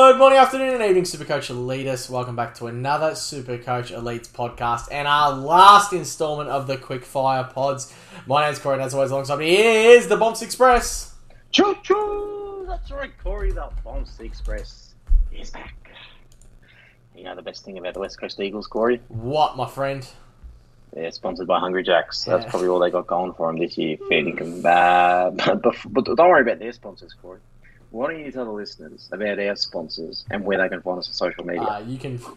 afternoon and evening, Supercoach Elites. Welcome back to another Supercoach Elites podcast and our last installment of the Quick Fire Pods. My name's Corey, and as always, alongside me is the Bombs Express. Choo choo! That's right, Corey. The Bombs Express is back. You know the best thing about the West Coast Eagles, Corey? What, my friend? They're sponsored by Hungry Jacks. That's Yeah. probably all they got going for them this year. Fair dinkum. Uh, but, but, but don't worry about their sponsors, Corey. Why don't you tell the listeners about our sponsors and where they can find us on social media? Uh, you can.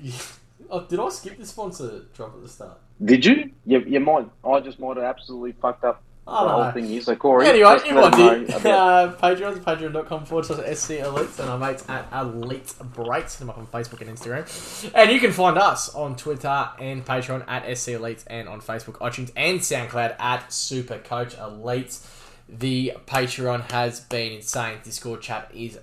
Oh, did I skip the sponsor drop at the start? Did you? You, you might. I just might have absolutely fucked up I the don't whole know. thing here. So Corey, Uh, Anyway, just let everyone them did. know about- Uh, Patreon, patreon.com forward slash SC Elites, and our mates at Elite Breaks. Hit them up on Facebook and Instagram. And you can find us on Twitter and Patreon at SC Elites, and on Facebook, iTunes, and SoundCloud at Super Coach Elites. The Patreon has been insane. Discord chat is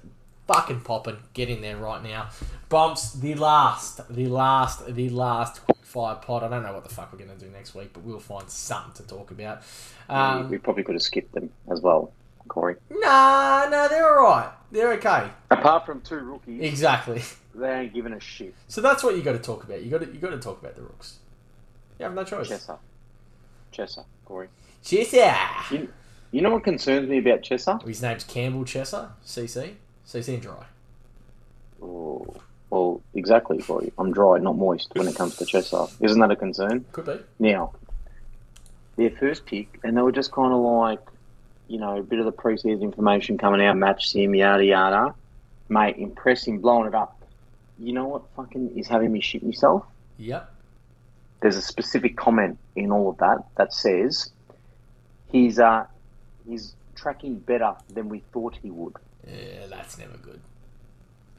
fucking popping. Get in there right now. Bumps, the last, the last, the last quick fire pod. I don't know what the fuck we're going to do next week, but we'll find something to talk about. Um, we probably could have skipped them as well, Corey. Nah, no, they're all right. They're okay. Apart from two rookies, Exactly. they ain't giving a shit. So that's what you got to talk about. You got to you got to talk about the rooks. You have no choice. Chessa, Chessa, Corey. Chesser. You, you know what concerns me about Chessa? His name's Campbell Chesser. CC. CC and dry. Ooh. Well, exactly, Corey. I'm dry, not moist when it comes to Chessa. Isn't that a concern? Could be. Now, their first pick, and they were just kind of like, you know, a bit of the preseason information coming out, match him, yada yada. Mate, impress him, blowing it up. You know what fucking is having me shit myself? Yep. there's a specific comment in all of that that says he's uh he's tracking better than we thought he would. Yeah, that's never good.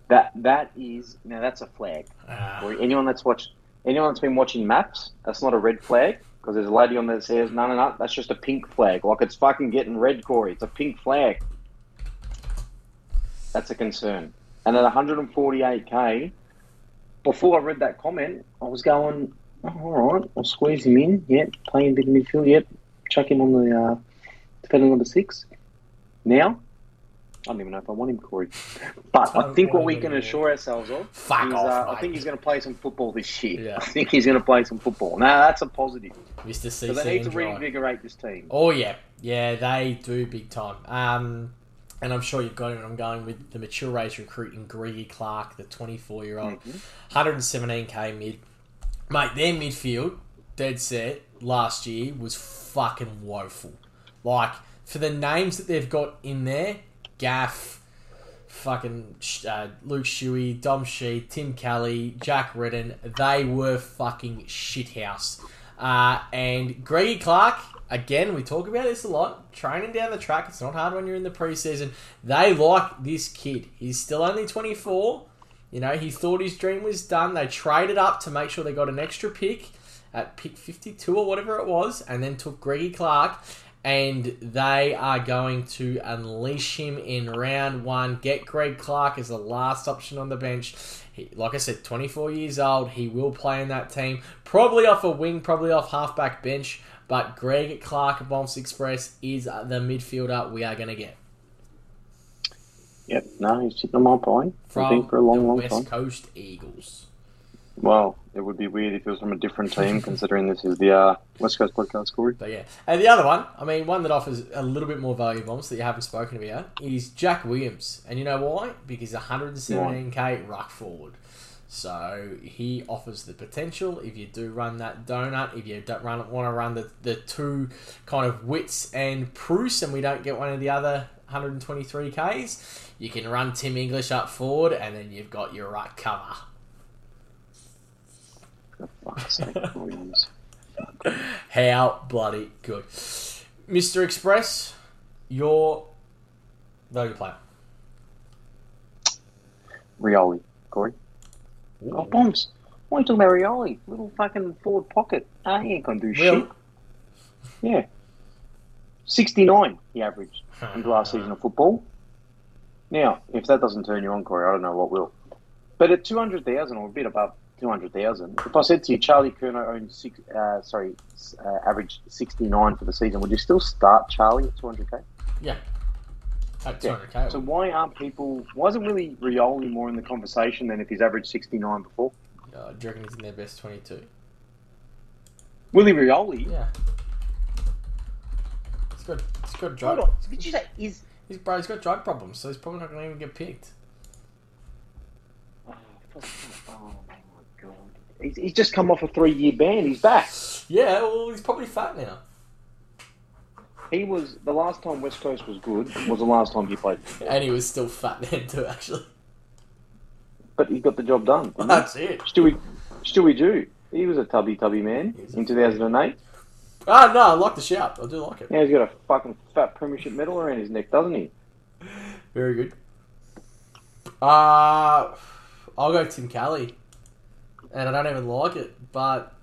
That that is now that's a flag. Ah. Or anyone that's watched anyone that's been watching maps, that's not a red flag because there's a lady on there that says no no no that's just a pink flag. Like it's fucking getting red, Corey. It's a pink flag. That's a concern. And at 148k, before I read that comment, I was going, oh, all right, I'll squeeze him in. Yep, playing a bit of midfield. Yep, chuck him on the uh, defender number six. Now, I don't even know if I want him, Corey. But I Don't think what want we him can anymore. assure ourselves of Fuck is, off, uh, I mate. think he's going to play some football this year. Yeah. I think he's going to play some football. Now, that's a positive. Mr. CC So they need and to dry. reinvigorate this team. Oh yeah, yeah, they do big time. Um, and I'm sure you've got him. I'm going with the mature age recruit in Greedy Clark, the 24 year old, 117k mid. Mate, their midfield dead set last year was fucking woeful. Like for the names that they've got in there, Gaff, fucking uh, Luke Shuey, Dom Shee, Tim Kelly, Jack Redden, they were fucking shithouse. Uh, and Greggy Clark, again, we talk about this a lot. Training down the track, it's not hard when you're in the preseason. They like this kid. He's still only 24. You know, he thought his dream was done. They traded up to make sure they got an extra pick at pick 52 or whatever it was, and then took Greggy Clark. And they are going to unleash him in round one. Get Greg Clark as the last option on the bench. He, like I said, 24 years old. He will play in that team. Probably off a wing, probably off halfback bench. But Greg Clark, Bombs Express, is the midfielder we are going to get Yep, no, he's sitting on my pine. I from think for a long, the long West time. Coast Eagles. Well, it would be weird if it was from a different team, considering this is the uh, West Coast podcast, Corey. But yeah, and the other one, I mean, one that offers a little bit more value bombs that you haven't spoken about is Jack Williams, and you know why? Because 117k ruck forward, so he offers the potential. If you do run that donut, if you don't run want to run the the two kind of wits and Proust, and we don't get one of the other 123ks, you can run Tim English up forward, and then you've got your ruck cover. For fuck's sake, Williams. How bloody good, Mister Express, your value player. Rioli, Corey. Oh, bombs. What are you talking about, Rioli? Little fucking forward pocket. Ah, he ain't going to do Will. shit. Yeah. 69, he averaged in the last season of football. Now, if that doesn't turn you on, Corey, I don't know what will. But at 200,000 or a bit above 200,000, if I said to you Charlie Kerner owned six, uh, sorry, s- uh, averaged 69 for the season, would you still start Charlie at 200k? Yeah. At Yeah. 200k. So why aren't people? Why isn't really Rioli more in the conversation than if he's averaged sixty nine before? Uh, do you reckon he's in their best 22? Willie Rioli. Yeah. He's got, he's got Hold drug. on. Did you say is? He's, bro, he's got drug problems, so he's probably not going to even get picked. Oh, my god. He's, he's just come off a three year ban. He's back. Yeah, well, he's probably fat now. He was the last time West Coast was good was the last time he played, And he was still fat then, too, actually. but he got the job done. didn't he? That's it. Stewie, Stewie Jew. He was a tubby, tubby man He was a- in 2008. Ah, no, I like the shout. I do like it. Now he's got a fucking fat premiership medal around his neck, doesn't he? Very good. Uh, I'll go Tim Kelly. And I don't even like it, but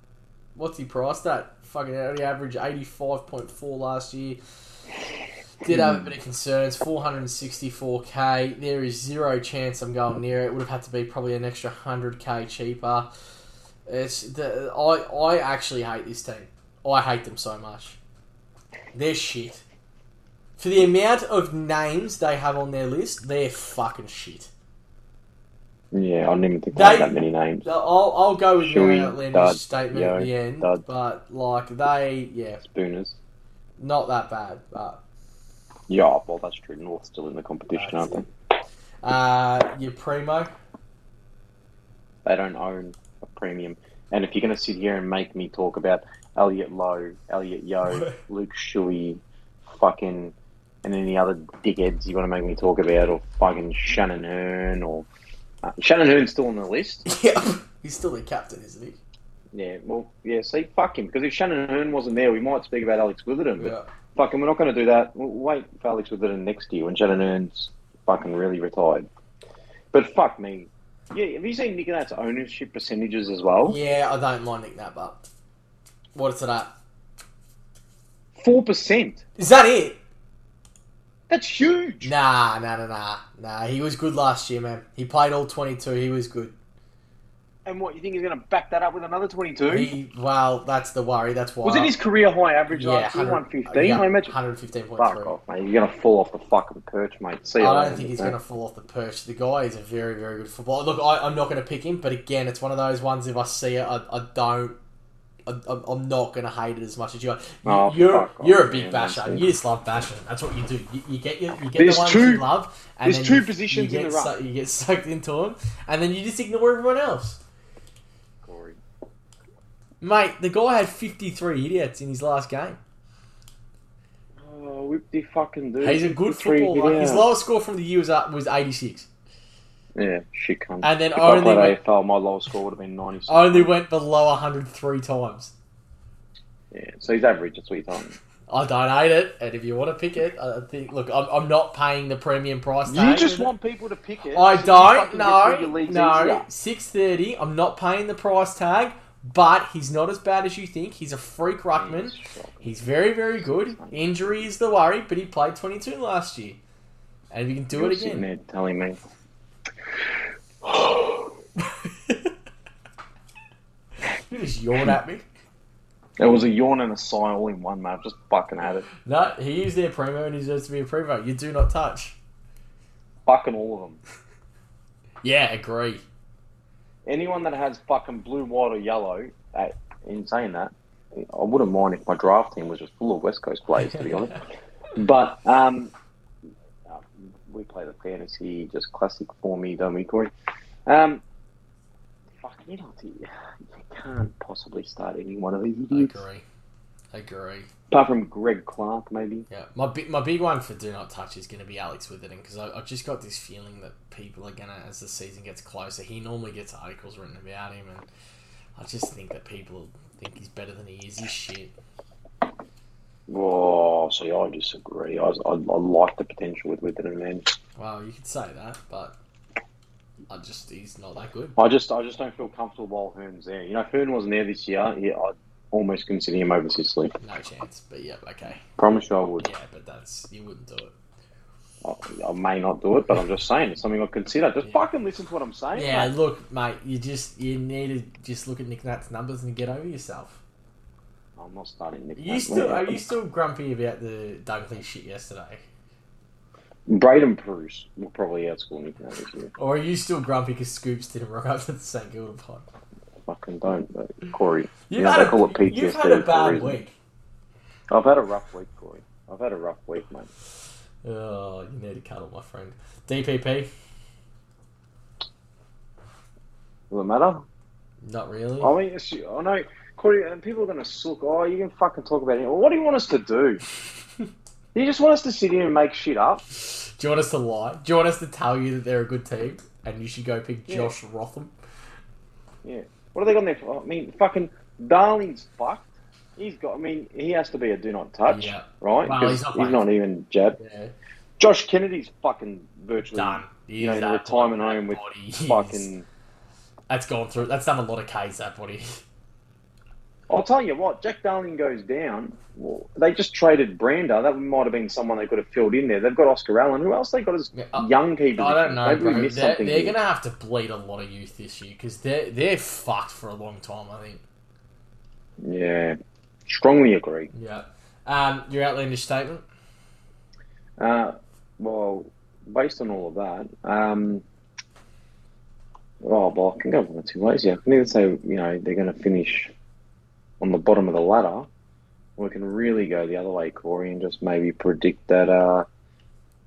what's he priced at? Fucking only averaged 85.4 last year. Did have a bit of concerns. 464k. There is zero chance I'm going near it. Would have had to be probably an extra 100k cheaper. It's the I I actually hate this team. I hate them so much. They're shit. For the amount of names they have on their list, they're fucking shit. Yeah, I didn't even think they had They- that many names. I'll, I'll go with your Shuey, outlandish Dud, statement Yo, at the end, Dud. but like they, yeah, Spooners. not that bad. But Yeah, oh, well, that's true. North's still in the competition, That's aren't they? uh, your primo, They don't own a premium. And if you're going to sit here and make me talk about Elliot Lowe, Elliot Yo, Luke Shuey, fucking, and any other dickheads you want to make me talk about, or fucking Shannon Hearn, or uh, Shannon Hearn's still on the list. yeah, he's still the captain, isn't he? Yeah, well, yeah. See, fuck him. Because if Shannon Hearn wasn't there, we might speak about Alex Witherden. But Yeah. fucking, we're not going to do that. We'll wait for Alex Witherden next year when Shannon Hearn's fucking really retired. But fuck me. Yeah, have you seen Nick Nat's ownership percentages as well? yeah, I don't mind Nick Nat, but what is it at? Four percent. Is that it? That's huge. Nah, nah, nah, nah, nah. He was good last year, man. He played all twenty-two. He was good. And what you think he's going to back that up with another twenty-two? He, well, that's the worry. That's why. Was it his career high average yeah, last year, one fifteen? I imagine. One hundred fifteen point Fuck three. off, mate. You're going to fall off the fucking perch, mate. See you I later, don't think he's mate. going to fall off the perch. The guy is a very, very good footballer. Look, I, I'm not going to pick him, but again, it's one of those ones. If I see it, I, I don't. I, I'm- I'm not going to hate it as much as you. are. You- Oh, you're fuck off, you're a big man. basher. You just love bashing. That's what you do. You, you get your, you get There's the ones two- you love. And there's then two you- positions you in get the ruck. su- you get sucked into them, and then you just ignore everyone else. Corey. Mate, the guy had 53 idiots in his last game. Oh, whip the fucking dude. He's a good Three, footballer. yeah. His lowest score from the year was uh, was 86, Yeah, shit cunt. and then if I only played went, AFL, my lowest score would have been 96. only went below 100 three times. Yeah, so he's average, that's what you're telling me. I don't hate it, and if you want to pick it, I think. Look, I'm, I'm not paying the premium price. You tag. just want people to pick it. I so you don't. fucking get through your No, leagues no. easier. Six thirty. I'm not paying the price tag, but he's not as bad as you think. He's a freak ruckman. He's very, very good. Injury is the worry, but he played 22 last year, and if you can do You're it sitting again, there telling me. you just yawn at me. It was a yawn and a sigh all in one, mate. I've just fucking had it. No, he is their primo and he deserves to be a primo. You do not touch. Fucking all of them. Yeah, agree. Anyone that has fucking blue, white, or yellow, eh, in saying that, I wouldn't mind if my draft team was just full of West Coast players, to be honest. But um, uh, we play the fantasy just classic for me, don't we, Corey? Um, fuck, you know, you you can't possibly start any one of these idiots. agree. Agree. Apart from Greg Clark, maybe. Yeah, my big my big one for do not touch is going to be Alex Witherden because I've just got this feeling that people are gonna as the season gets closer. He normally gets articles written about him, and I just think that people think he's better than he is. He's shit. Oh, see, I disagree. I, I, I like the potential with Witherden, man. Well, you could say that, but I just he's not that good. I just, I just don't feel comfortable while Hearn's there. You know, if Hearn wasn't there this year, yeah, I'd almost consider him over Sicily. No chance. But yeah, okay. Promise you, I would. Yeah, but that's you wouldn't do it. I, I may not do it, but I'm just saying it's something I consider. Just Yeah. fucking listen to what I'm saying. Yeah, mate. look, mate, you just you need to just look at Nick Nat's numbers and get over yourself. I'm not starting Nick. Are you Nat, still mate. are you still grumpy about the Dunkley shit yesterday? Um, Braden Bruce will probably outscore Nick Nat this year. Or are you still grumpy because Scoops didn't arrive at the St Kilda pod? Fucking don't, but Mm. Corey. You've you know, had, they call it a, PTSD you've had a for bad reason. week. I've had a rough week, Corey. I've had a rough week, mate. Oh, you need a cuddle, my friend. DPP, Will it matter? not really. I mean, it's, I know, Corey, and people are going to sook, oh, you can fucking talk about it. Well, what do you want us to do? you just want us to sit here and make shit up? Do you want us to lie? Do you want us to tell you that they're a good team and you should go pick Yeah. Josh Rotham? Yeah. What have they got in there for? I mean, fucking Darling's fucked. He's got, I mean, he has to be a do not touch, Yeah. right? Well, 'Cause he's not he's playing. not even jabbed. Yeah. Josh Kennedy's fucking virtually Done. you know, in a retirement home with fucking. That's gone through. That's done a lot of K's, that body. I'll tell you what, Jack Darling goes down. Well, they just traded Brander. That might have been someone they could have filled in there. They've got Oscar Allen. Who else they got as Yeah, I- young people? I don't know, Maybe we bro. missed They're, something. they're here. going to have to bleed a lot of youth this year because they're, they're fucked for a long time, I think. Yeah, strongly agree. Yeah. Um, your outlandish statement? Uh, well, based on all of that, um, oh, well, I can go one of two ways. Yeah, I can either say you know they're going to finish on the bottom of the ladder, or we can really go the other way, Corey, and just maybe predict that uh,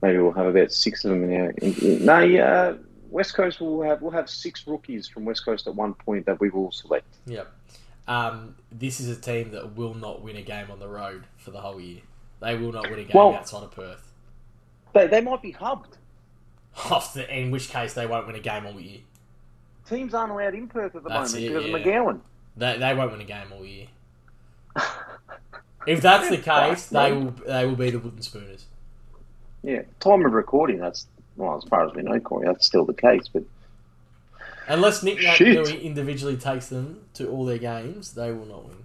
maybe we'll have about six of them in our. In, in, no, yeah, West Coast will have we'll have six rookies from West Coast at one point that we will select. Yep. Um, this is a team that will not win a game on the road for the whole year. They will not win a game Well- outside of Perth. They, they might be hubbed. Off the- in which case, they won't win a game all year. Teams aren't allowed in Perth at the That's moment it, because yeah. of McGowan. They, they won't win a game all year. If that's the case, they will they will be the wooden spooners. Yeah, time of recording, that's, well, as far as we know, Corey, that's still the case. But Unless Nick Shit. Nat individually takes them to all their games, they will not win.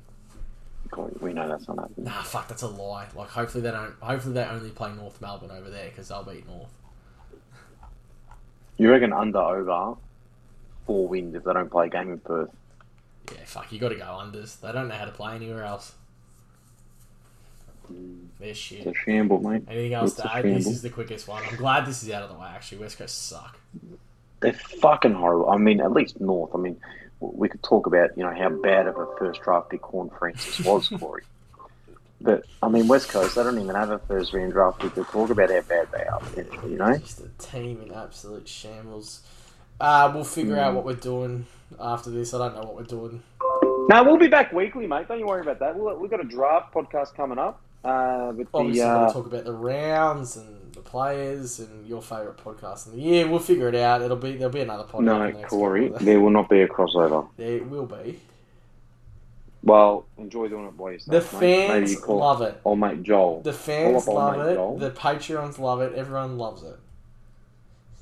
Corey, we know that's not happening. Nah, fuck, that's a lie. Like, hopefully they don't. Hopefully they only play North Melbourne over there because they'll beat North. You reckon under over four wins if they don't play a game in Perth? Yeah, fuck, you got to go unders. They don't know how to play anywhere else. They're shit. It's a shamble, mate. Anything else It's a to add? This shamble. is the quickest one. I'm glad this is out of the way. Actually, West Coast suck. They're fucking horrible. I mean, at least North. I mean, w- we could talk about you know how bad of a first draft pick Corn Francis was, Corey. But I mean, West Coast. They don't even have a first round draft pick to talk about how bad they are. You know, Just a team in absolute shambles. Uh, we'll figure Hmm. out what we're doing after this. I don't know what we're doing. No, we'll be back weekly, mate. Don't you worry about that. We'll, we've got a draft podcast coming up. Uh, with Obviously, the, we're going uh, to talk about the rounds and the players and your favourite podcast in the year. We'll figure it out. It'll be there'll be another podcast. no, in the next Corey, couple of- there will not be a crossover. There will be. Well, enjoy doing it by yourself. The mate. Maybe fans you call- love it. Oh, mate, Joel. The fans Follow up on love that, it. Joel. The Patreons love it. Everyone loves it.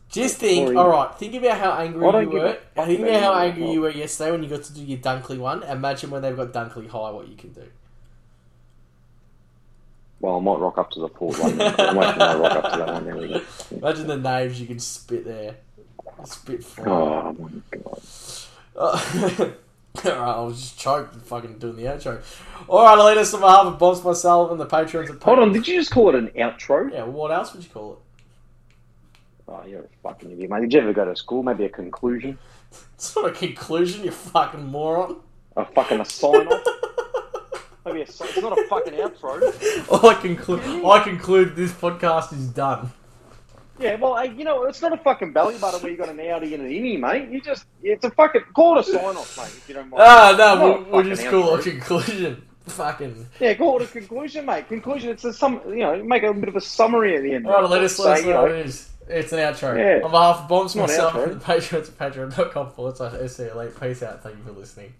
Just think, Corey. all right. Think about how angry I don't you give a were. fuck Think about about how anyone angry else. you were yesterday when you got to do your Dunkley one. Imagine when they've got Dunkley high, what you can do. Well, I might rock up to the port one. then. I might I rock up to that one. There we go. Imagine the names you can spit there. Spit fly. Oh my god. Oh. Uh, Alright, I was just choked and fucking doing the outro. Alright, I'll lead us on behalf of Bob's myself and the Patreons at Hold on, did you just call it an outro? Yeah, what else would you call it? Oh, you're a fucking idiot, mate. Did you ever go to school? Maybe a conclusion? It's not a conclusion, you fucking moron. A fucking a sign off? Maybe a, si- it's not a fucking outro. I conclude. I conclude this podcast is done. Yeah, well, hey, you know, it's not a fucking belly button where you got an outie and an innie, mate. You just, it's a fucking, call it a sign off, mate, if you don't mind. Ah, no, Oh, Not a we'll, we'll fucking just call it outro. a conclusion. Fucking. Yeah, call it a conclusion, mate. Conclusion, it's a sum, you know, make a bit of a summary at the end. Alright, let us uh, Say, let us you know know, what it is. It's an outro. Yeah. On behalf of Bombs not an myself outro. and the Patreons at patreon.com forward slash SC Elite. Peace E, out. Thank you for listening.